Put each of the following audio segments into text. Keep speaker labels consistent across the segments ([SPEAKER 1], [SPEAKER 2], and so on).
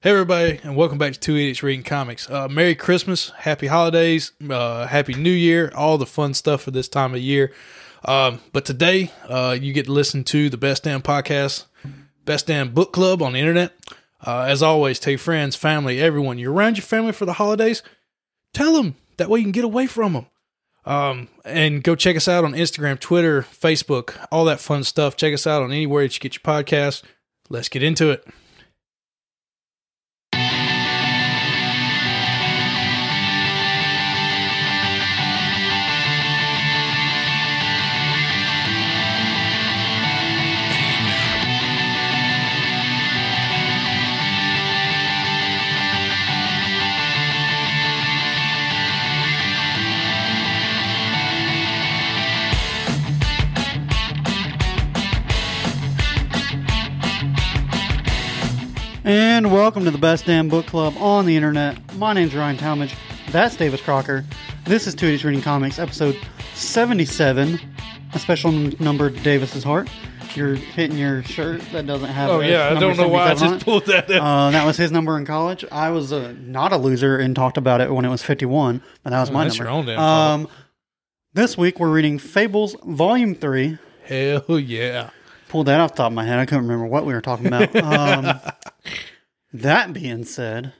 [SPEAKER 1] Hey everybody, and welcome back to Two Idiots Reading Comics. Uh, Merry Christmas, Happy Holidays, uh, Happy New Year, all the fun stuff for this time of year. Um, but today, uh, you get to listen to the Best Damn Podcast, Best Damn Book Club on the internet. Uh, as always, take friends, family, everyone. You're around your family for the holidays. Tell them that way you can get away from them. Um, and go check us out on Instagram, Twitter, Facebook, all that fun stuff. Check us out on anywhere that you get your podcast. Let's get into it.
[SPEAKER 2] And welcome to the Best Damn Book Club on the internet. My name's Ryan Talmage. That's Davis Crocker. This is Two Idiots Reading Comics, episode 77, a special n- number to Davis's heart. You're hitting your shirt that doesn't have.
[SPEAKER 1] Oh
[SPEAKER 2] a
[SPEAKER 1] yeah, I
[SPEAKER 2] number
[SPEAKER 1] don't know why I
[SPEAKER 2] 77 on
[SPEAKER 1] just
[SPEAKER 2] it.
[SPEAKER 1] pulled that out.
[SPEAKER 2] Uh, that was his number in college. I was uh, not a loser and talked about it when it was 51, but that was my
[SPEAKER 1] Oh, that's
[SPEAKER 2] number.
[SPEAKER 1] your own damn fault.
[SPEAKER 2] um, this week we're reading Fables Volume 3.
[SPEAKER 1] Hell yeah.
[SPEAKER 2] Pulled that off the top of my head. I couldn't remember what we were talking about. Um, that being said,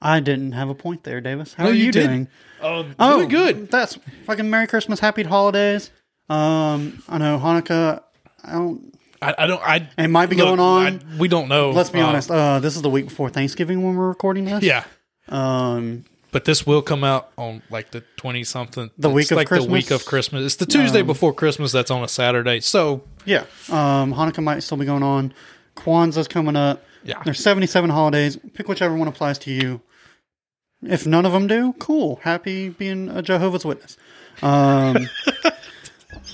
[SPEAKER 2] I didn't have a point there, Davis. How
[SPEAKER 1] No,
[SPEAKER 2] are
[SPEAKER 1] you
[SPEAKER 2] you,
[SPEAKER 1] didn't.
[SPEAKER 2] doing?
[SPEAKER 1] Oh, doing
[SPEAKER 2] Oh,
[SPEAKER 1] good.
[SPEAKER 2] That's fucking Merry Christmas, Happy Holidays. Um, I know Hanukkah. I don't.
[SPEAKER 1] I, I don't. I
[SPEAKER 2] It might be
[SPEAKER 1] look,
[SPEAKER 2] going on.
[SPEAKER 1] I- we don't know.
[SPEAKER 2] Let's be
[SPEAKER 1] Uh,
[SPEAKER 2] honest. Uh, this is the week before Thanksgiving when we're recording this.
[SPEAKER 1] Yeah,
[SPEAKER 2] Um,
[SPEAKER 1] but this will come out on like the twenty something.
[SPEAKER 2] The week of
[SPEAKER 1] like the
[SPEAKER 2] Christmas?
[SPEAKER 1] week of Christmas. It's the Tuesday before Christmas. That's on a Saturday. So
[SPEAKER 2] yeah. Um, Hanukkah might still be going on. Kwanzaa's coming up.
[SPEAKER 1] yeah,
[SPEAKER 2] There's 77 holidays. Pick whichever one applies to you. If none of them do, cool. Happy being a Jehovah's Witness. Um,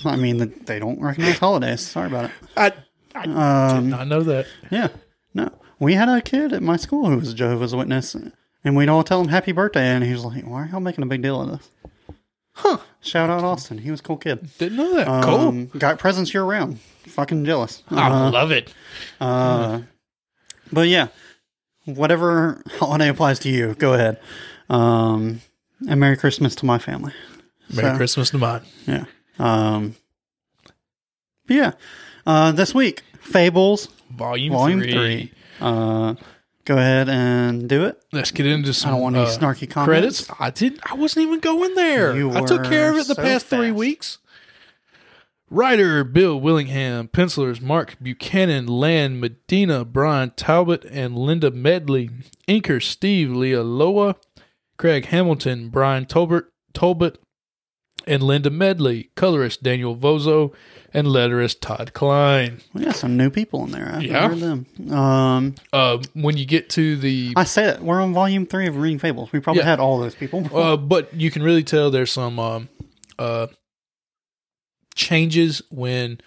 [SPEAKER 2] I mean, th- they don't recognize holidays. Sorry about it.
[SPEAKER 1] I, I
[SPEAKER 2] Um,
[SPEAKER 1] did not know that.
[SPEAKER 2] Yeah. No. We had a kid at my school who was a Jehovah's Witness, and we'd all tell him happy birthday, and he was like, why are y'all making a big deal of this? Huh. Shout out Austin. He was a cool kid.
[SPEAKER 1] Didn't know that. cool.
[SPEAKER 2] Um, uh-huh. Got presents year round. Fucking jealous.
[SPEAKER 1] I love it.
[SPEAKER 2] Uh, but yeah, whatever holiday applies to you, go ahead. Um, and Merry Christmas to my family.
[SPEAKER 1] Merry
[SPEAKER 2] so-
[SPEAKER 1] Christmas to mine.
[SPEAKER 2] Yeah. Um, but yeah, uh, this week, Fables
[SPEAKER 1] Volume,
[SPEAKER 2] Volume 3.
[SPEAKER 1] three.
[SPEAKER 2] Uh, go ahead and do it.
[SPEAKER 1] Let's get into some.
[SPEAKER 2] I don't want any
[SPEAKER 1] uh,
[SPEAKER 2] snarky comments.
[SPEAKER 1] credits. I didn't. I wasn't even going there.
[SPEAKER 2] You
[SPEAKER 1] I took
[SPEAKER 2] were
[SPEAKER 1] care of it the
[SPEAKER 2] so
[SPEAKER 1] past three
[SPEAKER 2] fast.
[SPEAKER 1] weeks. Writer Bill Willingham, pencilers Mark Buchanan, Lan Medina, Brian Talbot, and Linda Medley. Inker Steve Lealoa, Craig Hamilton, Brian Tolbert, Tolbert, and Linda Medley. Colorist Daniel Vozo, and letterist Todd Klein.
[SPEAKER 2] We got some new people in there. I've
[SPEAKER 1] Yeah.
[SPEAKER 2] yeah. heard them. Um,
[SPEAKER 1] Uh, when you get to the
[SPEAKER 2] I said it. We're on volume three of Reading Fables. We probably
[SPEAKER 1] Yeah.
[SPEAKER 2] had all those people.
[SPEAKER 1] uh, but you can really tell there's some um, uh, changes when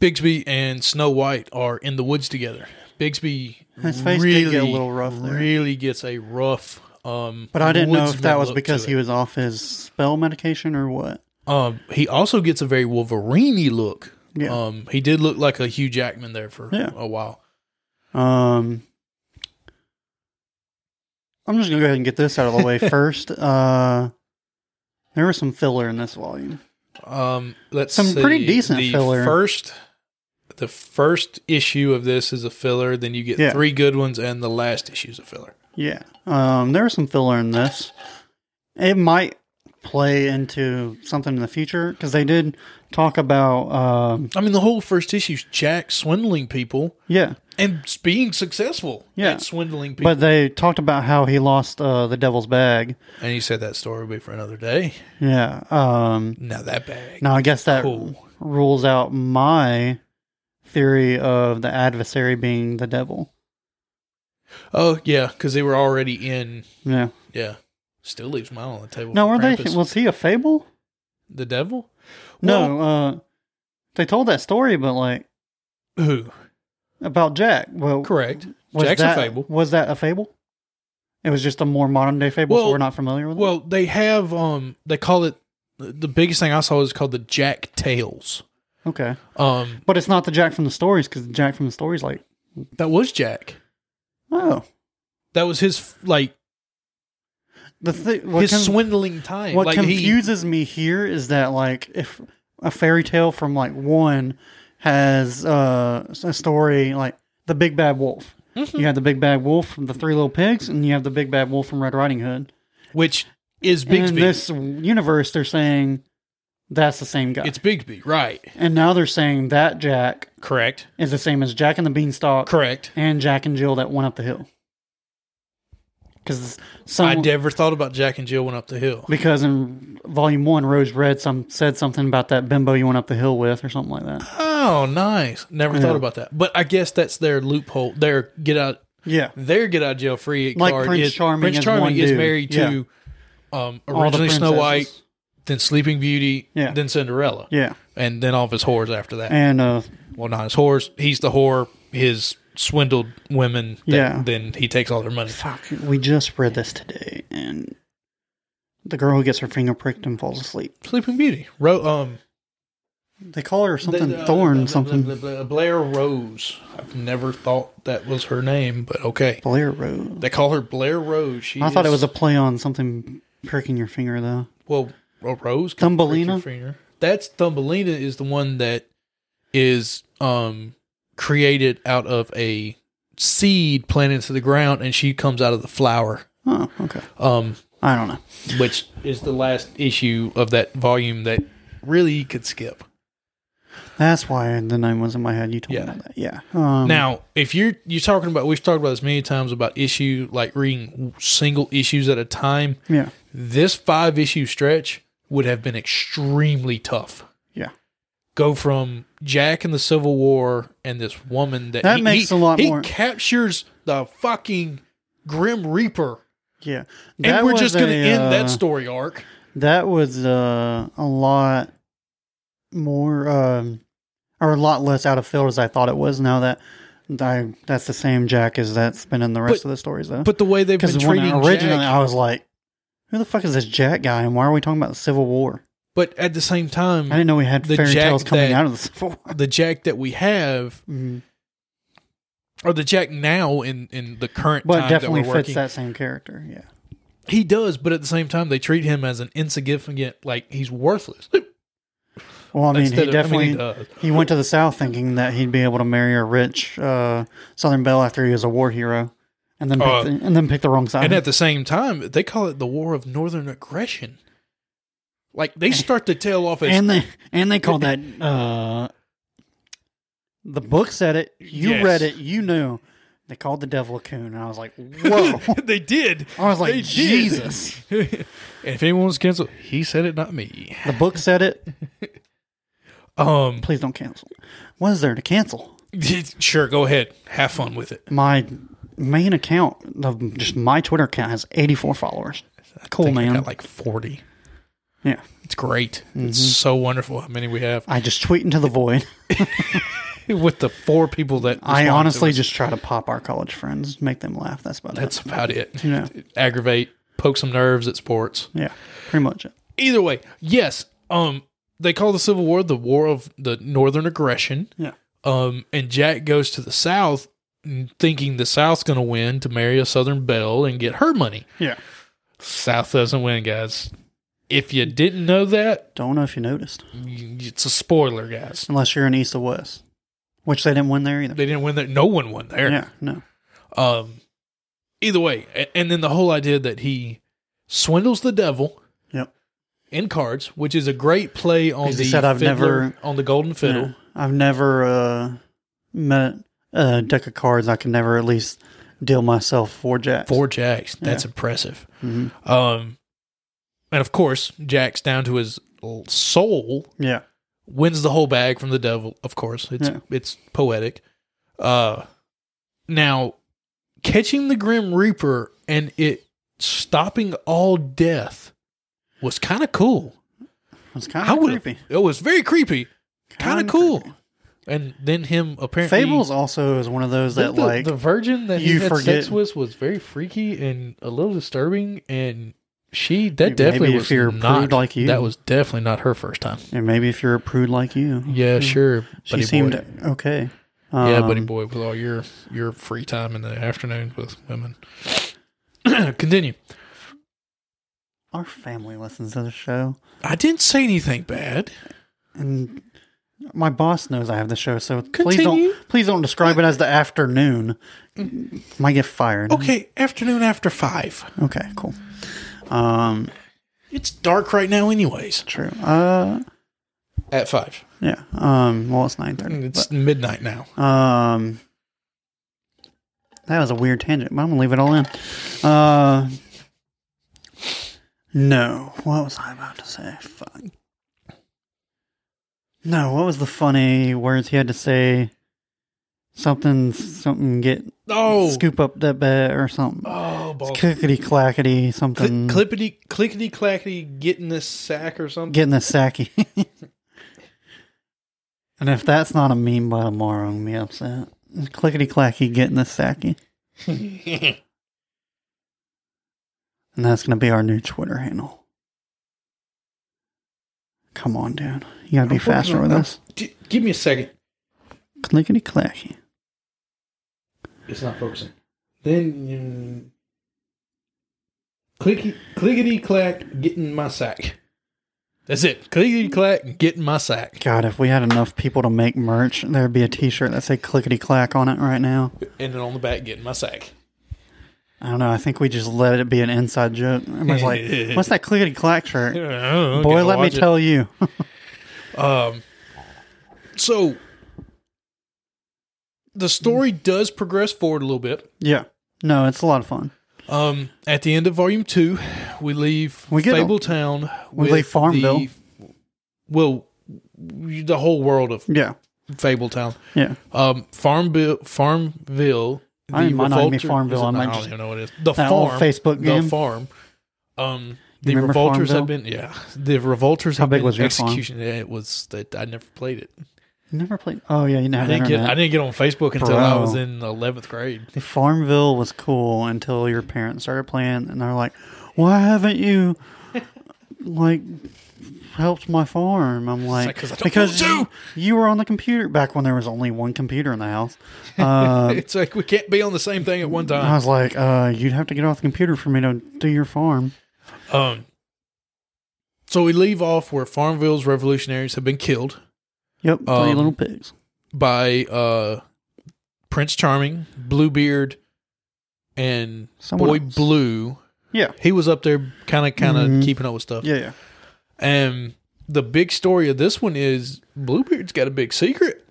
[SPEAKER 1] Bigsby and Snow White are in the woods together. Bigsby
[SPEAKER 2] His face
[SPEAKER 1] really,
[SPEAKER 2] did get a little rough there.
[SPEAKER 1] really gets a rough. Um,
[SPEAKER 2] but I didn't know if
[SPEAKER 1] woodsman
[SPEAKER 2] that was
[SPEAKER 1] look
[SPEAKER 2] because
[SPEAKER 1] to
[SPEAKER 2] he
[SPEAKER 1] it.
[SPEAKER 2] was off his spell medication or what.
[SPEAKER 1] Um, he also gets a very Wolverine look.
[SPEAKER 2] Yeah.
[SPEAKER 1] Um, he did look like a Hugh Jackman there for
[SPEAKER 2] Yeah.
[SPEAKER 1] a while.
[SPEAKER 2] Um, I'm just gonna go ahead and get this out of the way first. Uh, there was some filler in this volume.
[SPEAKER 1] Um, let's
[SPEAKER 2] Some
[SPEAKER 1] see.
[SPEAKER 2] pretty decent
[SPEAKER 1] the
[SPEAKER 2] filler.
[SPEAKER 1] First, the first issue of this is a filler. Then you get
[SPEAKER 2] Yeah.
[SPEAKER 1] three good ones, and the last issue's a filler.
[SPEAKER 2] Yeah, um, there was some filler in this. It might play into something in the future because they did talk about. Um,
[SPEAKER 1] I mean, the whole first issue's Jack swindling people
[SPEAKER 2] yeah,
[SPEAKER 1] and s- being successful
[SPEAKER 2] Yeah.
[SPEAKER 1] at swindling people.
[SPEAKER 2] but they talked about how he lost uh, the devil's bag.
[SPEAKER 1] and he said that story will be for another day.
[SPEAKER 2] Yeah. Um,
[SPEAKER 1] Now that bag.
[SPEAKER 2] now I guess that
[SPEAKER 1] Cool.
[SPEAKER 2] rules out my theory of the adversary being the devil.
[SPEAKER 1] Oh yeah, because they were already in.
[SPEAKER 2] Yeah.
[SPEAKER 1] Yeah, still leaves mine on the table.
[SPEAKER 2] No,
[SPEAKER 1] for
[SPEAKER 2] were they?
[SPEAKER 1] Krampus.
[SPEAKER 2] Was he a fable?
[SPEAKER 1] the devil?
[SPEAKER 2] No, uh, they told that story, but like
[SPEAKER 1] Well, who?
[SPEAKER 2] about Jack. Well,
[SPEAKER 1] Correct.
[SPEAKER 2] was
[SPEAKER 1] Jack's a
[SPEAKER 2] that,
[SPEAKER 1] fable.
[SPEAKER 2] Was that a fable? It was just a more modern day fable,
[SPEAKER 1] Well-
[SPEAKER 2] so we're not familiar with.
[SPEAKER 1] Well, they have um they call it the biggest thing I saw is called the Jack Tales.
[SPEAKER 2] it. Okay,
[SPEAKER 1] Um
[SPEAKER 2] but it's not the Jack from the stories because the Jack from the stories, like,
[SPEAKER 1] that was Jack.
[SPEAKER 2] Oh,
[SPEAKER 1] That was his like
[SPEAKER 2] the thing. What,
[SPEAKER 1] his
[SPEAKER 2] con-
[SPEAKER 1] swindling time.
[SPEAKER 2] what
[SPEAKER 1] like he,
[SPEAKER 2] confuses me here is that like if a fairy tale from like one has uh, a story like the Big Bad Wolf.
[SPEAKER 1] Mm-hmm.
[SPEAKER 2] You have the Big Bad Wolf from the Three Little Pigs, and you have the Big Bad Wolf from Red Riding Hood.
[SPEAKER 1] which is
[SPEAKER 2] And in
[SPEAKER 1] Bigsby.
[SPEAKER 2] this universe, they're saying that's the same guy.
[SPEAKER 1] it's Bigsby, right?
[SPEAKER 2] and now they're saying that Jack
[SPEAKER 1] Correct.
[SPEAKER 2] is the same as Jack and the Beanstalk
[SPEAKER 1] Correct.
[SPEAKER 2] and Jack and Jill that went up the hill. Because
[SPEAKER 1] I
[SPEAKER 2] some
[SPEAKER 1] never thought about Jack and Jill went up the hill.
[SPEAKER 2] because in volume one, Rose read some said something about that bimbo you went up the hill with or something like that.
[SPEAKER 1] Oh, nice. Never
[SPEAKER 2] Yeah.
[SPEAKER 1] thought about that. But I guess that's their loophole. Their get out
[SPEAKER 2] Yeah,
[SPEAKER 1] their get out of jail free
[SPEAKER 2] Like
[SPEAKER 1] card
[SPEAKER 2] Prince
[SPEAKER 1] is
[SPEAKER 2] Charming
[SPEAKER 1] Prince
[SPEAKER 2] is
[SPEAKER 1] Charming
[SPEAKER 2] one
[SPEAKER 1] is
[SPEAKER 2] dude.
[SPEAKER 1] married to um originally Snow White,
[SPEAKER 2] princesses.
[SPEAKER 1] then Sleeping Beauty,
[SPEAKER 2] Yeah.
[SPEAKER 1] then Cinderella.
[SPEAKER 2] Yeah,
[SPEAKER 1] And then all of his whores after that.
[SPEAKER 2] and uh,
[SPEAKER 1] well, not his whores. He's the whore. His swindled women. That,
[SPEAKER 2] Yeah.
[SPEAKER 1] Then he takes all their money.
[SPEAKER 2] fuck, we just read this today, and the girl who gets her finger pricked and falls asleep.
[SPEAKER 1] Sleeping Beauty. Ro- um,
[SPEAKER 2] They call her something
[SPEAKER 1] the- uh,
[SPEAKER 2] Thorn,
[SPEAKER 1] the- the-
[SPEAKER 2] something
[SPEAKER 1] the- the- the Blair Rose. I've never thought that was her name, but okay.
[SPEAKER 2] Blair Rose.
[SPEAKER 1] They call her Blair Rose. She
[SPEAKER 2] I thought it
[SPEAKER 1] is-
[SPEAKER 2] was a play on something pricking your finger though.
[SPEAKER 1] well, a rose. can
[SPEAKER 2] Thumbelina?
[SPEAKER 1] prick your finger. That's Thumbelina is the one that is um created out of a seed planted into the ground, and she comes out of the flower.
[SPEAKER 2] Oh, okay.
[SPEAKER 1] Um,
[SPEAKER 2] I don't know.
[SPEAKER 1] which is the last issue of that volume that really you could skip.
[SPEAKER 2] That's why the name was in my head. You told
[SPEAKER 1] Yeah.
[SPEAKER 2] me about that. Yeah. Um,
[SPEAKER 1] Now, if you're you're talking about, we've talked about this many times about issue like reading single issues at a time.
[SPEAKER 2] Yeah.
[SPEAKER 1] This five issue stretch would have been extremely tough.
[SPEAKER 2] Yeah.
[SPEAKER 1] Go from Jack and the Civil War and this woman that
[SPEAKER 2] That makes
[SPEAKER 1] he,
[SPEAKER 2] a lot
[SPEAKER 1] he
[SPEAKER 2] more-
[SPEAKER 1] captures the fucking Grim Reaper,
[SPEAKER 2] Yeah.
[SPEAKER 1] and we're just going to end that
[SPEAKER 2] story.
[SPEAKER 1] story arc.
[SPEAKER 2] uh, That was uh, a lot more, um, or a lot less out of field as I thought it was. Now that I, that's the same Jack as that's been in the rest
[SPEAKER 1] But-
[SPEAKER 2] of the stories though.
[SPEAKER 1] But the way they've
[SPEAKER 2] Because
[SPEAKER 1] been
[SPEAKER 2] when
[SPEAKER 1] treating
[SPEAKER 2] originally
[SPEAKER 1] Jack,
[SPEAKER 2] I was like, who the fuck is this Jack guy, and why are we talking about the Civil War?
[SPEAKER 1] but at the same time,
[SPEAKER 2] I didn't know we had
[SPEAKER 1] The
[SPEAKER 2] fairy
[SPEAKER 1] Jack
[SPEAKER 2] tales coming
[SPEAKER 1] that-
[SPEAKER 2] out of the Civil War.
[SPEAKER 1] the Jack that we have
[SPEAKER 2] Mhm.
[SPEAKER 1] or the Jack now in in the current
[SPEAKER 2] But
[SPEAKER 1] time
[SPEAKER 2] definitely
[SPEAKER 1] that we're
[SPEAKER 2] fits
[SPEAKER 1] working.
[SPEAKER 2] that same character. Yeah.
[SPEAKER 1] He does, but at the same time, they treat him as an insignificant, like he's worthless.
[SPEAKER 2] Well, I mean,
[SPEAKER 1] Instead of- I mean, uh,
[SPEAKER 2] he definitely uh-huh.
[SPEAKER 1] he does.
[SPEAKER 2] he went to the South thinking that he'd be able to marry a rich uh, Southern belle after he was a war hero, and then picked
[SPEAKER 1] Uh,
[SPEAKER 2] the, and then picked the wrong side.
[SPEAKER 1] And at the same time, they call it the War of Northern Aggression. Like they start to tail off as
[SPEAKER 2] and they and they called that uh, the book said it. You
[SPEAKER 1] Yes.
[SPEAKER 2] read it. You knew. They called the devil a coon, and I was like, "Whoa!"
[SPEAKER 1] they did.
[SPEAKER 2] I was
[SPEAKER 1] They
[SPEAKER 2] like,
[SPEAKER 1] did.
[SPEAKER 2] "Jesus!"
[SPEAKER 1] if anyone was canceled, he said it, not me.
[SPEAKER 2] The book said it.
[SPEAKER 1] Um,
[SPEAKER 2] Please don't cancel. What is there to cancel?
[SPEAKER 1] sure, go ahead, have fun with it.
[SPEAKER 2] My main account, the, just my Twitter account, has eighty-four followers. Cool,
[SPEAKER 1] I
[SPEAKER 2] man. Mm-hmm.
[SPEAKER 1] got like forty.
[SPEAKER 2] yeah,
[SPEAKER 1] It's great. It's so wonderful how many we have
[SPEAKER 2] I just tweet into the void.
[SPEAKER 1] with the four people that respond
[SPEAKER 2] I
[SPEAKER 1] to
[SPEAKER 2] honestly
[SPEAKER 1] us.
[SPEAKER 2] just try to pop our college friends, make them laugh. That's about
[SPEAKER 1] That's about it.
[SPEAKER 2] it. Yeah,
[SPEAKER 1] Aggravate, poke some nerves at sports.
[SPEAKER 2] yeah, pretty much it.
[SPEAKER 1] Either way, yes. Um, they call the Civil War the War of the Northern Aggression.
[SPEAKER 2] Yeah,
[SPEAKER 1] Um, and Jack goes to the South, n- thinking the South's going to win to marry a Southern belle and get her money.
[SPEAKER 2] yeah.
[SPEAKER 1] South doesn't win, guys. If you didn't know that,
[SPEAKER 2] Don't know if you noticed,
[SPEAKER 1] y- it's a spoiler, guys.
[SPEAKER 2] unless you're in East of West, which they didn't win there either.
[SPEAKER 1] They didn't win that. No one won there.
[SPEAKER 2] Yeah, no.
[SPEAKER 1] Um, either way, a- and then the whole idea that he swindles the devil.
[SPEAKER 2] Yep.
[SPEAKER 1] In cards, which is a great play on
[SPEAKER 2] Because
[SPEAKER 1] the
[SPEAKER 2] he said, "I've
[SPEAKER 1] fiddler-
[SPEAKER 2] never-
[SPEAKER 1] on the golden fiddle.
[SPEAKER 2] Yeah. I've never uh, met a deck of cards I can never at least deal myself for Mm-hmm. jacks.
[SPEAKER 1] Four jacks. That's impressive. Um, and of course, Jack's down to his l- soul
[SPEAKER 2] Yeah,
[SPEAKER 1] wins the whole bag from the devil. Of course, it's
[SPEAKER 2] Yeah.
[SPEAKER 1] it's poetic. Uh, now catching the grim reaper and it stopping all death was kind of cool.
[SPEAKER 2] it's kind
[SPEAKER 1] I
[SPEAKER 2] of
[SPEAKER 1] would.
[SPEAKER 2] creepy.
[SPEAKER 1] It was very creepy, kind of
[SPEAKER 2] Kinda
[SPEAKER 1] cool.
[SPEAKER 2] creepy.
[SPEAKER 1] And then him apparently
[SPEAKER 2] Fables also is one of those that
[SPEAKER 1] the,
[SPEAKER 2] like
[SPEAKER 1] the virgin that
[SPEAKER 2] you
[SPEAKER 1] he had
[SPEAKER 2] forget-
[SPEAKER 1] sex with was very freaky and a little disturbing, and she that
[SPEAKER 2] Maybe
[SPEAKER 1] definitely
[SPEAKER 2] if
[SPEAKER 1] was
[SPEAKER 2] you're a
[SPEAKER 1] not
[SPEAKER 2] prude like you.
[SPEAKER 1] That was definitely not her first time.
[SPEAKER 2] and maybe if you're a prude like you,
[SPEAKER 1] Yeah, sure.
[SPEAKER 2] Mm-hmm. she
[SPEAKER 1] buddy boy.
[SPEAKER 2] seemed okay.
[SPEAKER 1] yeah, buddy
[SPEAKER 2] Um,
[SPEAKER 1] boy, with all your your free time in the afternoon with women. Continue.
[SPEAKER 2] Our family listens to the show,
[SPEAKER 1] I didn't say anything bad.
[SPEAKER 2] Mm-hmm. and my boss knows I have the show, so please
[SPEAKER 1] Continue.
[SPEAKER 2] don't please don't describe it as the afternoon. Might get fired.
[SPEAKER 1] Okay, afternoon after five.
[SPEAKER 2] Okay. Cool. Um.
[SPEAKER 1] It's dark right now, anyways.
[SPEAKER 2] True. Uh.
[SPEAKER 1] At five, Mm,
[SPEAKER 2] Yeah. Um. Well, it's nine thirty.
[SPEAKER 1] it's midnight now.
[SPEAKER 2] Um, that was a weird tangent, but I'm gonna leave it all in. Uh, no, what was I about to say? Fuck. No, what was the funny words he had to say? Something, something, get
[SPEAKER 1] Oh,
[SPEAKER 2] scoop up that bed or something.
[SPEAKER 1] oh, ball.
[SPEAKER 2] Clickety clackety,
[SPEAKER 1] Cl-
[SPEAKER 2] something.
[SPEAKER 1] clippity, clickety, clackety, getting this sack or something.
[SPEAKER 2] Getting the sacky. and if that's not a meme by tomorrow, I'm gonna be upset. Clickety clacky, getting the sacky. And that's going to be our new Twitter handle. Come on, dude. You got to be
[SPEAKER 1] I'm
[SPEAKER 2] faster
[SPEAKER 1] working
[SPEAKER 2] with
[SPEAKER 1] on
[SPEAKER 2] us.
[SPEAKER 1] G- give me a second.
[SPEAKER 2] Clickety clacky.
[SPEAKER 1] It's not focusing. Then you clicky clickety clack getting my sack. That's it. Clickety clack getting my sack.
[SPEAKER 2] God, if we had enough people to make merch, there'd be a t shirt that said clickety clack on it right now.
[SPEAKER 1] And then on the back getting my sack.
[SPEAKER 2] I don't know. I think we just let it be an inside joke. Everybody's like, what's that clickety clack shirt? Boy, let me tell you.
[SPEAKER 1] Um, so the story does progress forward a little bit.
[SPEAKER 2] yeah. No, it's a lot of fun.
[SPEAKER 1] Um, at the end of volume two, we leave
[SPEAKER 2] We get-
[SPEAKER 1] Fable Town.
[SPEAKER 2] we leave Farmville.
[SPEAKER 1] The, well, the whole world of
[SPEAKER 2] Yeah.
[SPEAKER 1] Fable Town.
[SPEAKER 2] Yeah.
[SPEAKER 1] Um, Farmville, Farmville. The
[SPEAKER 2] I might not be
[SPEAKER 1] Revolter-
[SPEAKER 2] Farmville,
[SPEAKER 1] is it-
[SPEAKER 2] I might
[SPEAKER 1] don't
[SPEAKER 2] just-
[SPEAKER 1] even know what it is. The
[SPEAKER 2] that old
[SPEAKER 1] farm,
[SPEAKER 2] Facebook game.
[SPEAKER 1] The farm. Um, the
[SPEAKER 2] remember
[SPEAKER 1] revolters have
[SPEAKER 2] Farmville?
[SPEAKER 1] been yeah. The revolters
[SPEAKER 2] How
[SPEAKER 1] have
[SPEAKER 2] big
[SPEAKER 1] been
[SPEAKER 2] was your farm?
[SPEAKER 1] execution. Yeah, It was that I never played it.
[SPEAKER 2] Never played. Oh, yeah. You didn't
[SPEAKER 1] I
[SPEAKER 2] have
[SPEAKER 1] didn't get
[SPEAKER 2] internet.
[SPEAKER 1] I didn't get on Facebook until I
[SPEAKER 2] Bro.
[SPEAKER 1] was in eleventh grade.
[SPEAKER 2] Farmville was cool until your parents started playing, and they're like, "Why haven't you like helped my farm?" I'm like,
[SPEAKER 1] like, 'cause I don't
[SPEAKER 2] "Because
[SPEAKER 1] want
[SPEAKER 2] you, you were on the computer back when there was only one computer in the house." Uh,
[SPEAKER 1] It's like we can't be on the same thing at one
[SPEAKER 2] I
[SPEAKER 1] time.
[SPEAKER 2] was like, uh, "You'd have to get off the computer for me to do your farm."
[SPEAKER 1] Um, so we leave off where Farmville's revolutionaries have been killed
[SPEAKER 2] Yep, three
[SPEAKER 1] Um,
[SPEAKER 2] little pigs.
[SPEAKER 1] by uh, Prince Charming, Bluebeard, and
[SPEAKER 2] Someone
[SPEAKER 1] Boy
[SPEAKER 2] else.
[SPEAKER 1] Blue.
[SPEAKER 2] Yeah,
[SPEAKER 1] He was up there, kind of, kind of
[SPEAKER 2] Mhm.
[SPEAKER 1] keeping up with stuff.
[SPEAKER 2] yeah, yeah.
[SPEAKER 1] And the big story of this one is Bluebeard's got a big secret.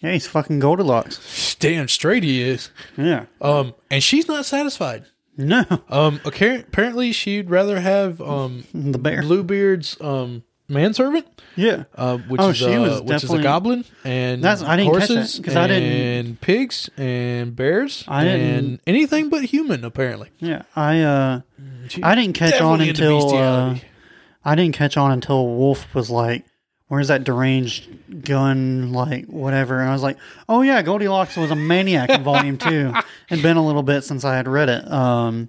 [SPEAKER 2] Yeah, he's fucking Goldilocks.
[SPEAKER 1] Damn straight he is.
[SPEAKER 2] Yeah.
[SPEAKER 1] Um, and she's not satisfied.
[SPEAKER 2] No,
[SPEAKER 1] Um, apparent- apparently she'd rather have um
[SPEAKER 2] the bear.
[SPEAKER 1] Bluebeard's um manservant,
[SPEAKER 2] Yeah.
[SPEAKER 1] uh, which
[SPEAKER 2] Oh,
[SPEAKER 1] is
[SPEAKER 2] she
[SPEAKER 1] uh,
[SPEAKER 2] was
[SPEAKER 1] which is a
[SPEAKER 2] definitely-
[SPEAKER 1] goblin, and
[SPEAKER 2] That's- I didn't catch that,
[SPEAKER 1] horses
[SPEAKER 2] 'cause I didn't-
[SPEAKER 1] and pigs and bears
[SPEAKER 2] I didn't-
[SPEAKER 1] and anything but human apparently.
[SPEAKER 2] Yeah, I uh,
[SPEAKER 1] She-
[SPEAKER 2] I didn't catch on
[SPEAKER 1] Definitely into
[SPEAKER 2] until uh,
[SPEAKER 1] bestiality.
[SPEAKER 2] I didn't catch on until Wolf was like, "Where's that deranged gun? Like whatever." And I was like, "Oh yeah, Goldilocks was a maniac in Volume Two. It'd been a little bit since I had read it. Um,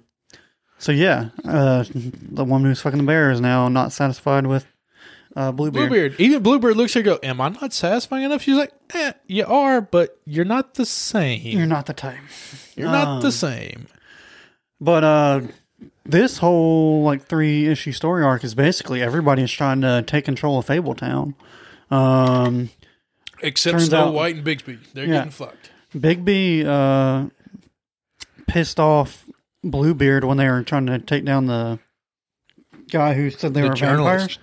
[SPEAKER 2] so yeah, uh, the woman who's fucking the bear is now not satisfied with uh, Bluebeard.
[SPEAKER 1] Bluebeard. Even Bluebeard looks at her and go, Am I not satisfying enough? She's like, eh, you are, but you're not the same.
[SPEAKER 2] You're not the type.
[SPEAKER 1] You're not the
[SPEAKER 2] Mm, um,
[SPEAKER 1] same.
[SPEAKER 2] But uh, this whole like three issue story arc is basically everybody is trying to take control of Fabletown. Um,
[SPEAKER 1] Except
[SPEAKER 2] turns
[SPEAKER 1] Snow
[SPEAKER 2] out-
[SPEAKER 1] White and Bigsby. They're
[SPEAKER 2] Yeah.
[SPEAKER 1] getting fucked.
[SPEAKER 2] Big B uh, pissed off Bluebeard when they were trying to take down the guy who said they
[SPEAKER 1] The
[SPEAKER 2] were
[SPEAKER 1] journalist.
[SPEAKER 2] vampires.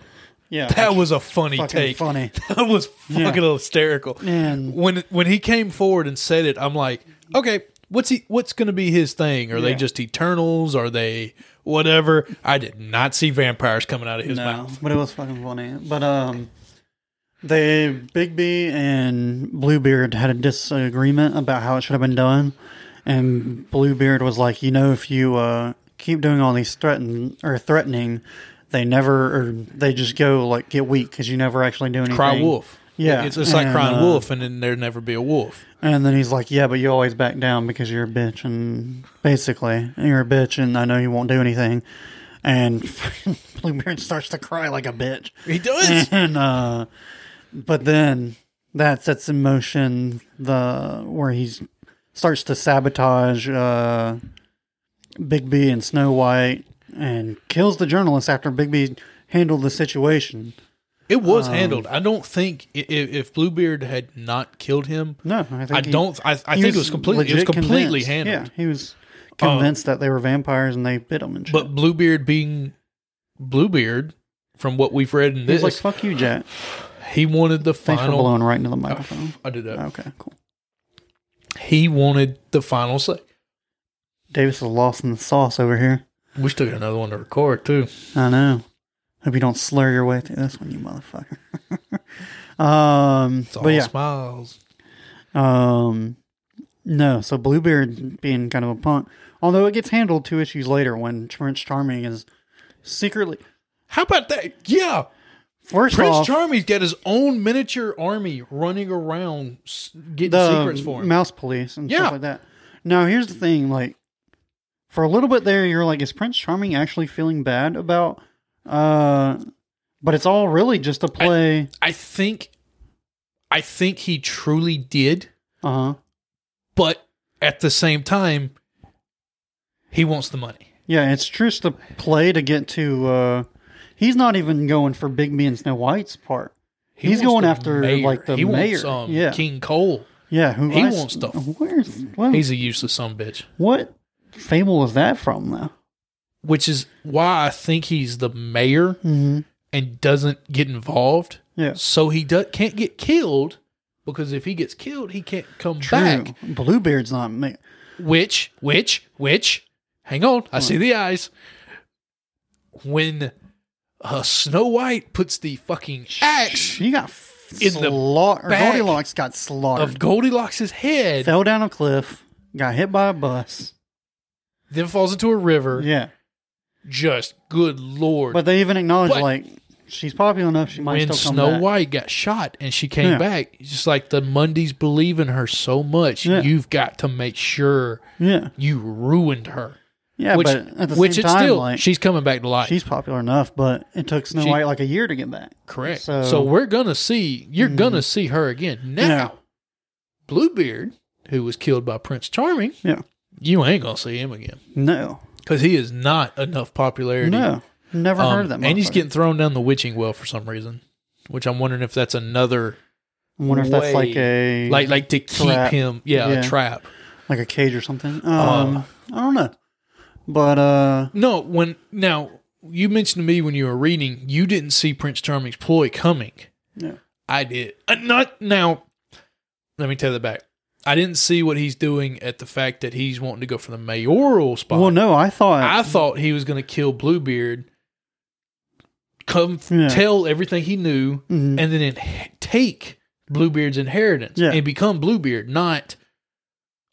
[SPEAKER 2] Yeah,
[SPEAKER 1] That was a funny
[SPEAKER 2] fucking
[SPEAKER 1] take.
[SPEAKER 2] funny.
[SPEAKER 1] That was
[SPEAKER 2] Yeah.
[SPEAKER 1] fucking hysterical.
[SPEAKER 2] And
[SPEAKER 1] When when he came forward and said it, I'm like, okay, what's he? What's going to be his thing? Are they
[SPEAKER 2] Yeah.
[SPEAKER 1] just Eternals? Are they whatever? I did not see vampires coming out of his
[SPEAKER 2] no,
[SPEAKER 1] mouth.
[SPEAKER 2] but it was fucking funny. But um, they Big B and Bluebeard had a disagreement about how it should have been done, and Bluebeard was like, you know, if you uh, keep doing all these threaten or threatening. They never, or they just go like get weak because you never actually do anything.
[SPEAKER 1] Cry wolf.
[SPEAKER 2] Yeah,
[SPEAKER 1] it's, it's like
[SPEAKER 2] and,
[SPEAKER 1] crying
[SPEAKER 2] uh,
[SPEAKER 1] wolf, and then there never be a wolf.
[SPEAKER 2] And then he's like, "Yeah, but you always back down because you're a bitch, and basically you're a bitch, and I know you won't do anything." And Bluebeard starts to cry like a bitch,
[SPEAKER 1] He does.
[SPEAKER 2] and uh, but then that sets in motion the where he starts to sabotage uh, Bigby and Snow White and kills the journalist after Bigby handled the situation.
[SPEAKER 1] It
[SPEAKER 2] Um,
[SPEAKER 1] was handled. I don't think if, if Bluebeard had not killed him,
[SPEAKER 2] No, I think
[SPEAKER 1] I
[SPEAKER 2] he-
[SPEAKER 1] don't. I, I
[SPEAKER 2] he
[SPEAKER 1] think it was completely. It was
[SPEAKER 2] legit
[SPEAKER 1] completely
[SPEAKER 2] convinced.
[SPEAKER 1] handled.
[SPEAKER 2] Yeah, he was convinced that they were vampires and they bit him and shit.
[SPEAKER 1] But Bluebeard being Bluebeard, from what we've read in
[SPEAKER 2] he
[SPEAKER 1] this,
[SPEAKER 2] was like, "Fuck you, Jack."
[SPEAKER 1] he wanted the
[SPEAKER 2] Thanks for
[SPEAKER 1] final. Oh.
[SPEAKER 2] blowing right into the microphone.
[SPEAKER 1] I did that.
[SPEAKER 2] Okay, cool.
[SPEAKER 1] He wanted the final say.
[SPEAKER 2] Davis is lost in the sauce over here.
[SPEAKER 1] We still got another one to record too.
[SPEAKER 2] I know. Hope you don't slur your way through this one, you motherfucker. um,
[SPEAKER 1] It's all
[SPEAKER 2] but yeah,
[SPEAKER 1] smiles.
[SPEAKER 2] um, no. So Bluebeard being kind of a punk, although it gets handled two issues later when Prince Charming is secretly
[SPEAKER 1] How about that? Yeah,
[SPEAKER 2] first
[SPEAKER 1] Prince
[SPEAKER 2] off
[SPEAKER 1] Charming's got his own miniature army running around s- getting secrets
[SPEAKER 2] the
[SPEAKER 1] for him.
[SPEAKER 2] mouse police and
[SPEAKER 1] Yeah.
[SPEAKER 2] stuff like that. Now here's the thing, like for a little bit there, you're like, is Prince Charming actually feeling bad about? Uh, but it's all really just a play.
[SPEAKER 1] I think, I think he truly did,
[SPEAKER 2] Uh huh.
[SPEAKER 1] but at the same time, he wants the money.
[SPEAKER 2] Yeah, it's just a play to get to. Uh, he's not even going for Bigby and Snow White's part.
[SPEAKER 1] He
[SPEAKER 2] He's
[SPEAKER 1] wants
[SPEAKER 2] going
[SPEAKER 1] the
[SPEAKER 2] after, like, the
[SPEAKER 1] he Wants,
[SPEAKER 2] mayor.
[SPEAKER 1] um,
[SPEAKER 2] Yeah.
[SPEAKER 1] King Cole.
[SPEAKER 2] Yeah, who
[SPEAKER 1] He
[SPEAKER 2] I-
[SPEAKER 1] wants the-
[SPEAKER 2] Where's what,
[SPEAKER 1] He's a useless son bitch,
[SPEAKER 2] what fable is that from though?
[SPEAKER 1] which is why I think he's the mayor
[SPEAKER 2] Mm-hmm.
[SPEAKER 1] and doesn't get involved.
[SPEAKER 2] Yeah,
[SPEAKER 1] So he do- can't get killed because if he gets killed, he can't come
[SPEAKER 2] true.
[SPEAKER 1] back.
[SPEAKER 2] Bluebeard's not. Ma-
[SPEAKER 1] Which, which, which, hang on, I see the eyes. When uh, Snow White puts the fucking axe
[SPEAKER 2] she got
[SPEAKER 1] In the
[SPEAKER 2] slaughtered.
[SPEAKER 1] back
[SPEAKER 2] Goldilocks got slaughtered.
[SPEAKER 1] of Goldilocks' head,
[SPEAKER 2] Fell down a cliff. Got hit by a bus.
[SPEAKER 1] then falls into a river,
[SPEAKER 2] Yeah,
[SPEAKER 1] just good lord.
[SPEAKER 2] but they even acknowledge
[SPEAKER 1] But-
[SPEAKER 2] like she's popular enough. She might
[SPEAKER 1] when
[SPEAKER 2] still come
[SPEAKER 1] Snow
[SPEAKER 2] back.
[SPEAKER 1] White got shot and she came
[SPEAKER 2] Yeah.
[SPEAKER 1] back, it's just like the Mondays believe in her so much,
[SPEAKER 2] Yeah.
[SPEAKER 1] you've got to make sure
[SPEAKER 2] Yeah,
[SPEAKER 1] you ruined her.
[SPEAKER 2] yeah.
[SPEAKER 1] which,
[SPEAKER 2] but at the
[SPEAKER 1] which
[SPEAKER 2] same
[SPEAKER 1] it's
[SPEAKER 2] time,
[SPEAKER 1] still
[SPEAKER 2] like
[SPEAKER 1] she's coming back to life.
[SPEAKER 2] she's popular enough, but it took Snow
[SPEAKER 1] She-
[SPEAKER 2] White like a year to get back.
[SPEAKER 1] Correct. So,
[SPEAKER 2] So- Mm-hmm.
[SPEAKER 1] we're gonna see. You're gonna see her again now.
[SPEAKER 2] Yeah.
[SPEAKER 1] Bluebeard, who was killed by Prince Charming,
[SPEAKER 2] Yeah.
[SPEAKER 1] you ain't gonna see him again
[SPEAKER 2] No.
[SPEAKER 1] because he is not enough popularity.
[SPEAKER 2] No. Never
[SPEAKER 1] Um,
[SPEAKER 2] heard of that.
[SPEAKER 1] and he's
[SPEAKER 2] motherfucker.
[SPEAKER 1] getting thrown down the witching well for some reason, which I'm wondering if that's another
[SPEAKER 2] I wonder if that's like
[SPEAKER 1] way-
[SPEAKER 2] a
[SPEAKER 1] like like to keep
[SPEAKER 2] trap.
[SPEAKER 1] him. Yeah,
[SPEAKER 2] Yeah.
[SPEAKER 1] a trap.
[SPEAKER 2] like a cage or something.
[SPEAKER 1] Uh.
[SPEAKER 2] Um, I don't know. But uh,
[SPEAKER 1] No, when now you mentioned to me when you were reading, you didn't see Prince Charming's ploy coming.
[SPEAKER 2] Yeah.
[SPEAKER 1] I did. Uh, not now. Let me tell that back. I didn't see what he's doing at the fact that he's wanting to go for the mayoral spot.
[SPEAKER 2] well, no, I thought
[SPEAKER 1] I thought he was going to kill Bluebeard, come f-
[SPEAKER 2] Yeah.
[SPEAKER 1] tell everything he knew, and
[SPEAKER 2] Mhm.
[SPEAKER 1] then in- take Bluebeard's inheritance
[SPEAKER 2] Yeah.
[SPEAKER 1] and become Bluebeard. Not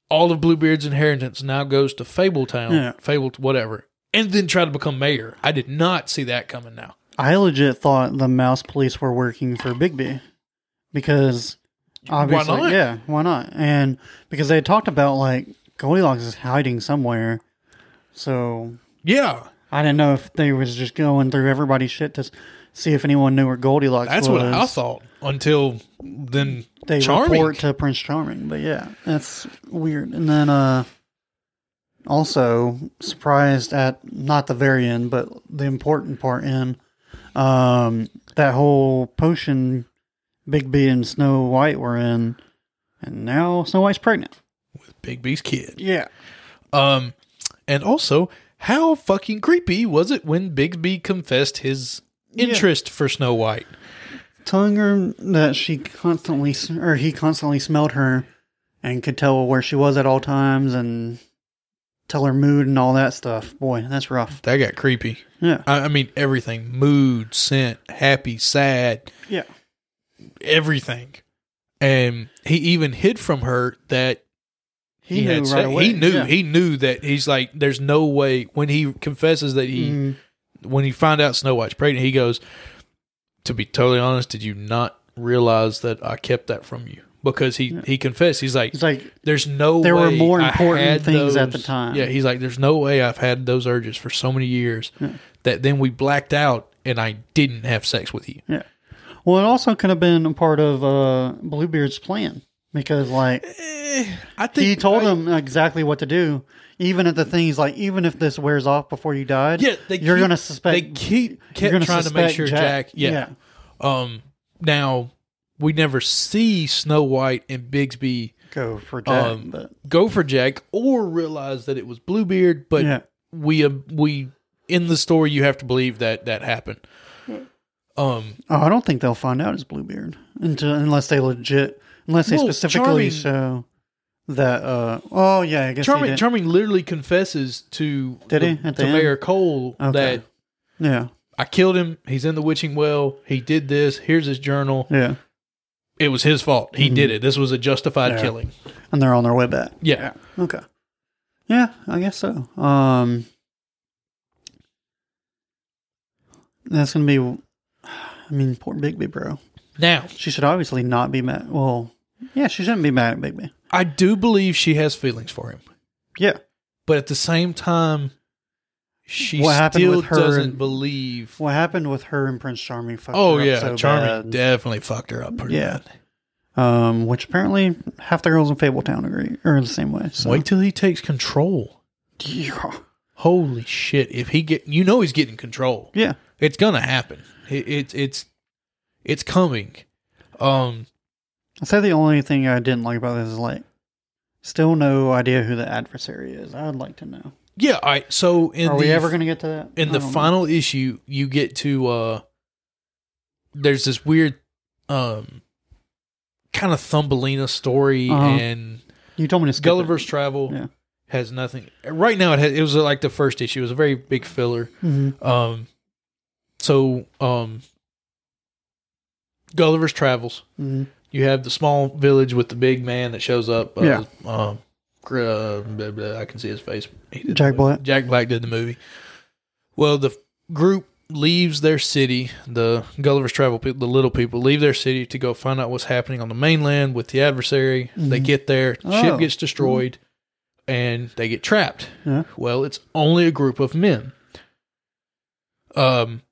[SPEAKER 1] all of Bluebeard's inheritance now goes to Fabletown,
[SPEAKER 2] Yeah.
[SPEAKER 1] Fable whatever, and then try to become mayor. I did not see that coming. Now
[SPEAKER 2] I legit thought the mouse police were working for Bigby because obviously,
[SPEAKER 1] not?
[SPEAKER 2] yeah, why not? And because they had talked about like Goldilocks is hiding somewhere, so
[SPEAKER 1] yeah,
[SPEAKER 2] I didn't know if they was just going through everybody's shit to s- see if anyone knew where Goldilocks
[SPEAKER 1] that's
[SPEAKER 2] was.
[SPEAKER 1] what I thought until then.
[SPEAKER 2] they
[SPEAKER 1] Charming.
[SPEAKER 2] report to Prince Charming. But yeah, that's weird. And then uh also surprised at not the very end, but the important part in um that whole potion Big B and Snow White were in and now Snow White's pregnant.
[SPEAKER 1] Big B's kid.
[SPEAKER 2] Yeah.
[SPEAKER 1] Um, and also, how fucking creepy was it when Bigsby confessed his interest for Snow White?
[SPEAKER 2] Telling her that she constantly s- or he constantly smelled her and could tell where she was at all times and tell her mood and all that stuff. Boy, that's rough.
[SPEAKER 1] That got creepy.
[SPEAKER 2] Yeah.
[SPEAKER 1] I, I mean, everything mood, scent, happy, sad,
[SPEAKER 2] Yeah.
[SPEAKER 1] everything. And he even hid from her that he, had
[SPEAKER 2] right
[SPEAKER 1] said-
[SPEAKER 2] away.
[SPEAKER 1] he knew
[SPEAKER 2] Yeah.
[SPEAKER 1] he knew that he's like there's no way when he confesses that he
[SPEAKER 2] Mhm.
[SPEAKER 1] when he found out Snow White's pregnant he goes to be totally honest did you not realize that I kept that from you because he he confessed he's like
[SPEAKER 2] He's like,
[SPEAKER 1] There's no
[SPEAKER 2] There
[SPEAKER 1] way
[SPEAKER 2] were more
[SPEAKER 1] I
[SPEAKER 2] important
[SPEAKER 1] had
[SPEAKER 2] things at the
[SPEAKER 1] those-
[SPEAKER 2] time.
[SPEAKER 1] Yeah, he's like, there's no way I've had those urges for so many years that then we blacked out and I didn't have sex with you.
[SPEAKER 2] yeah. Well, it also could have been a part of uh, Bluebeard's plan because, like,
[SPEAKER 1] Eh, I think
[SPEAKER 2] he told him exactly what to do. Even at the thing, he's like, even if this wears off before you died,
[SPEAKER 1] Yeah, they
[SPEAKER 2] you're
[SPEAKER 1] keep-
[SPEAKER 2] gonna suspect.
[SPEAKER 1] they keep
[SPEAKER 2] you're
[SPEAKER 1] kept
[SPEAKER 2] gonna
[SPEAKER 1] trying to make
[SPEAKER 2] suspect
[SPEAKER 1] sure Jack. yeah. Um. Now we never see Snow White and Bigsby
[SPEAKER 2] go for Jack.
[SPEAKER 1] Um,
[SPEAKER 2] but
[SPEAKER 1] go for Jack or realize that it was Bluebeard, but
[SPEAKER 2] yeah,
[SPEAKER 1] we uh, we in the story you have to believe that that happened. Um.
[SPEAKER 2] oh, I don't think they'll find out it's Bluebeard until unless they legit unless they
[SPEAKER 1] Well, Charming-
[SPEAKER 2] specifically show that. uh Oh yeah, I guess he
[SPEAKER 1] Charming
[SPEAKER 2] did.
[SPEAKER 1] Charming literally confesses to
[SPEAKER 2] Did
[SPEAKER 1] the-
[SPEAKER 2] he? At the
[SPEAKER 1] to
[SPEAKER 2] end?
[SPEAKER 1] Mayor Cole
[SPEAKER 2] Okay.
[SPEAKER 1] that
[SPEAKER 2] yeah,
[SPEAKER 1] I killed him. He's in the witching well. He did this. Here's his journal.
[SPEAKER 2] yeah,
[SPEAKER 1] It was his fault. He did it. This was a justified
[SPEAKER 2] Mm-hmm. Yeah.
[SPEAKER 1] killing.
[SPEAKER 2] and they're on their way back.
[SPEAKER 1] Yeah.
[SPEAKER 2] Okay. Yeah, I guess so. Um, that's gonna be. I mean, poor Bigby, bro.
[SPEAKER 1] Now
[SPEAKER 2] She should obviously not be mad. Well, yeah, she shouldn't be mad at Bigby.
[SPEAKER 1] I do believe she has feelings for him,
[SPEAKER 2] Yeah,
[SPEAKER 1] but at the same time, she
[SPEAKER 2] What happened
[SPEAKER 1] still
[SPEAKER 2] with her
[SPEAKER 1] doesn't
[SPEAKER 2] and-
[SPEAKER 1] believe.
[SPEAKER 2] what happened with her and Prince Charming? Fucked
[SPEAKER 1] Oh
[SPEAKER 2] her up
[SPEAKER 1] yeah,
[SPEAKER 2] so
[SPEAKER 1] Charming
[SPEAKER 2] bad.
[SPEAKER 1] definitely fucked her up. Pretty
[SPEAKER 2] Yeah.
[SPEAKER 1] bad.
[SPEAKER 2] Um, which apparently half the girls in Fabletown agree are the same way. So.
[SPEAKER 1] Wait till he takes control.
[SPEAKER 2] Yeah.
[SPEAKER 1] Holy shit! If he get, you know, he's getting control.
[SPEAKER 2] Yeah.
[SPEAKER 1] It's gonna happen. It, it's it's it's coming. Um,
[SPEAKER 2] I say the only thing I didn't like about this is like, still no idea who the adversary is. I'd like to know.
[SPEAKER 1] yeah. All right. So in
[SPEAKER 2] Are
[SPEAKER 1] the
[SPEAKER 2] we ever Oh, going to get to that?
[SPEAKER 1] in
[SPEAKER 2] I
[SPEAKER 1] the
[SPEAKER 2] don't know.
[SPEAKER 1] final issue, you get to uh, there's this weird um, kind of Thumbelina story
[SPEAKER 2] Uh-huh.
[SPEAKER 1] and
[SPEAKER 2] you told me to skip it.
[SPEAKER 1] Gulliver's Travel
[SPEAKER 2] Yeah.
[SPEAKER 1] has nothing right now. It has, it was uh, like the first issue. It was a very big filler.
[SPEAKER 2] Mhm.
[SPEAKER 1] Um, so um, Gulliver's Travels.
[SPEAKER 2] Mhm.
[SPEAKER 1] You have the small village with the big man that shows up. Uh,
[SPEAKER 2] Yeah.
[SPEAKER 1] Um, gr- uh, blah, blah, I can see his face. He did the
[SPEAKER 2] Jack
[SPEAKER 1] movie.
[SPEAKER 2] Black.
[SPEAKER 1] Jack Black did the movie. Well, the f- group leaves their city. The Gulliver's Travel people, the little people, leave their city to go find out what's happening on the mainland with the adversary. They
[SPEAKER 2] Mhm.
[SPEAKER 1] get there,
[SPEAKER 2] Oh.
[SPEAKER 1] ship gets destroyed, and they get trapped.
[SPEAKER 2] Yeah.
[SPEAKER 1] Well, it's only a group of men. Um,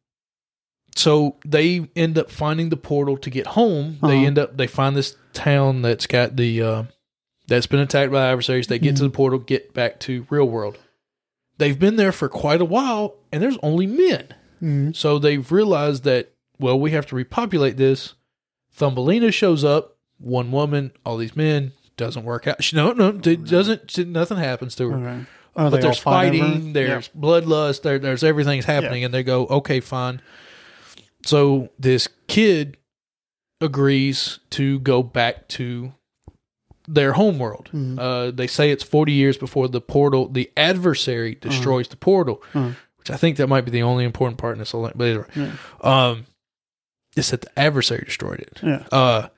[SPEAKER 1] so they end up finding the portal to get home. They
[SPEAKER 2] Uh-huh.
[SPEAKER 1] end up they find this town that's got the uh, that's been attacked by adversaries. They get to the portal, get back to real world. They've been there for quite a while, and there's only men.
[SPEAKER 2] Mhm.
[SPEAKER 1] So they've realized that well, we have to repopulate this. Thumbelina shows up, one woman, all these men. Doesn't work out. She, no, no, it doesn't. she- nothing happens to her
[SPEAKER 2] Okay. Oh,
[SPEAKER 1] but
[SPEAKER 2] they all
[SPEAKER 1] there's
[SPEAKER 2] fight over?
[SPEAKER 1] fighting, there's bloodlust, there, there's everything's happening, and they go, okay, fine. So this kid agrees to go back to their homeworld.
[SPEAKER 2] Mhm.
[SPEAKER 1] Uh, they say it's 40 years before the portal, the adversary
[SPEAKER 2] Mm-hmm.
[SPEAKER 1] destroys the portal,
[SPEAKER 2] Uh-huh.
[SPEAKER 1] which I think that might be the only important part in this. whole thing, But either way,
[SPEAKER 2] Yeah.
[SPEAKER 1] um, it's that the adversary destroyed it
[SPEAKER 2] Yeah.
[SPEAKER 1] uh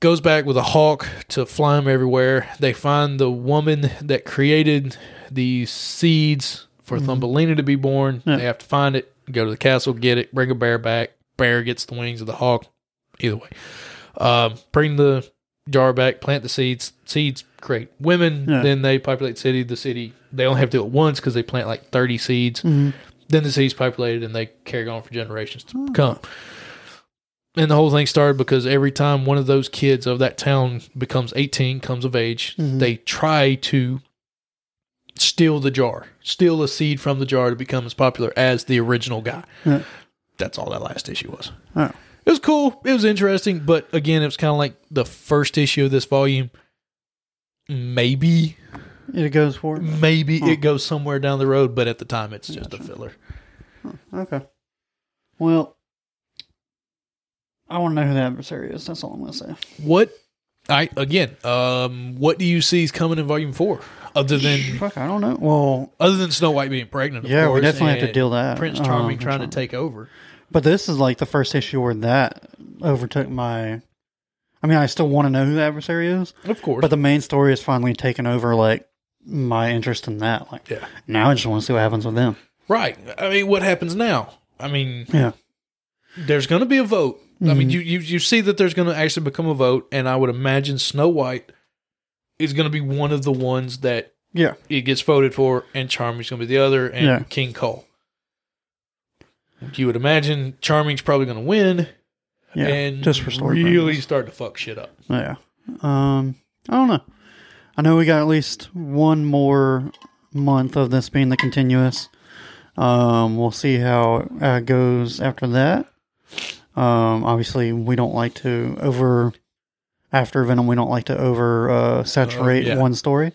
[SPEAKER 1] goes back with a hawk to fly them everywhere they find the woman that created the seeds for
[SPEAKER 2] Mhm.
[SPEAKER 1] thumbelina to be born
[SPEAKER 2] Yeah.
[SPEAKER 1] they have to find it go to the castle get it bring a bear back bear gets the wings of the hawk either way um, bring the jar back plant the seeds seeds create women
[SPEAKER 2] Yeah.
[SPEAKER 1] then they populate city the city they only have to do it once because they plant like 30 seeds
[SPEAKER 2] Mhm.
[SPEAKER 1] then the city's populated and they carry on for generations to
[SPEAKER 2] Hmm.
[SPEAKER 1] come. And the whole thing started because every time one of those kids of that town becomes 18, comes of age,
[SPEAKER 2] Mhm.
[SPEAKER 1] they try to steal the jar, steal a seed from the jar to become as popular as the original guy.
[SPEAKER 2] Yeah.
[SPEAKER 1] That's all that last issue was.
[SPEAKER 2] Oh.
[SPEAKER 1] It was cool. It was interesting. But again, it was kind of like the first issue of this volume. Maybe
[SPEAKER 2] It goes for it.
[SPEAKER 1] maybe
[SPEAKER 2] Huh.
[SPEAKER 1] it goes somewhere down the road, but at the time, it's just a filler. Mm-hmm.
[SPEAKER 2] Okay. Well, I want to know who the adversary is. That's all I'm going to say.
[SPEAKER 1] What? I again. Um, what do you see is coming in volume four, other than
[SPEAKER 2] Fuck, I don't know. Well,
[SPEAKER 1] other than Snow White being pregnant? Of
[SPEAKER 2] yeah, we
[SPEAKER 1] course,
[SPEAKER 2] definitely have to
[SPEAKER 1] and
[SPEAKER 2] deal that.
[SPEAKER 1] Prince
[SPEAKER 2] Uh,
[SPEAKER 1] Charming
[SPEAKER 2] Prince
[SPEAKER 1] trying
[SPEAKER 2] Charming.
[SPEAKER 1] to take over.
[SPEAKER 2] But this is like the first issue where that overtook my. I mean, I still want to know who the adversary is,
[SPEAKER 1] Of course.
[SPEAKER 2] but the main story is finally taken over. Like my interest in that. Like
[SPEAKER 1] yeah.
[SPEAKER 2] now, I just want to see what happens with them.
[SPEAKER 1] Right. I mean, what happens now? I mean,
[SPEAKER 2] Yeah.
[SPEAKER 1] there's going to be a vote. I
[SPEAKER 2] Mm-hmm.
[SPEAKER 1] mean, you, you you see that there's going to actually become a vote, and I would imagine Snow White is going to be one of the ones that
[SPEAKER 2] Yeah.
[SPEAKER 1] it gets voted for, and Charming's going to be the other, and
[SPEAKER 2] Yeah.
[SPEAKER 1] King Cole. You would imagine Charming's probably going to win,
[SPEAKER 2] Yeah,
[SPEAKER 1] and
[SPEAKER 2] just for story
[SPEAKER 1] really
[SPEAKER 2] purposes.
[SPEAKER 1] start to fuck shit up.
[SPEAKER 2] Yeah. Um, I don't know. I know we got at least one more month of this being the continuous. Um, we'll see how uh, it goes after that. Um, obviously, we don't like to over after Venom. We don't like to over uh, saturate
[SPEAKER 1] Uh, yeah.
[SPEAKER 2] one story.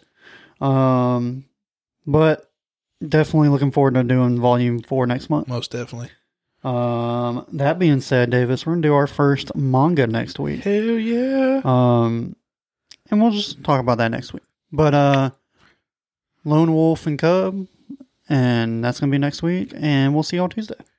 [SPEAKER 2] Um, but definitely looking forward to doing volume four next month.
[SPEAKER 1] Most definitely.
[SPEAKER 2] Um, that being said, Davis, we're gonna do our first manga next week.
[SPEAKER 1] Hell yeah.
[SPEAKER 2] Um, and we'll just talk about that next week. But uh, Lone Wolf and Cub, and that's gonna be next week. And we'll see y'all Tuesday.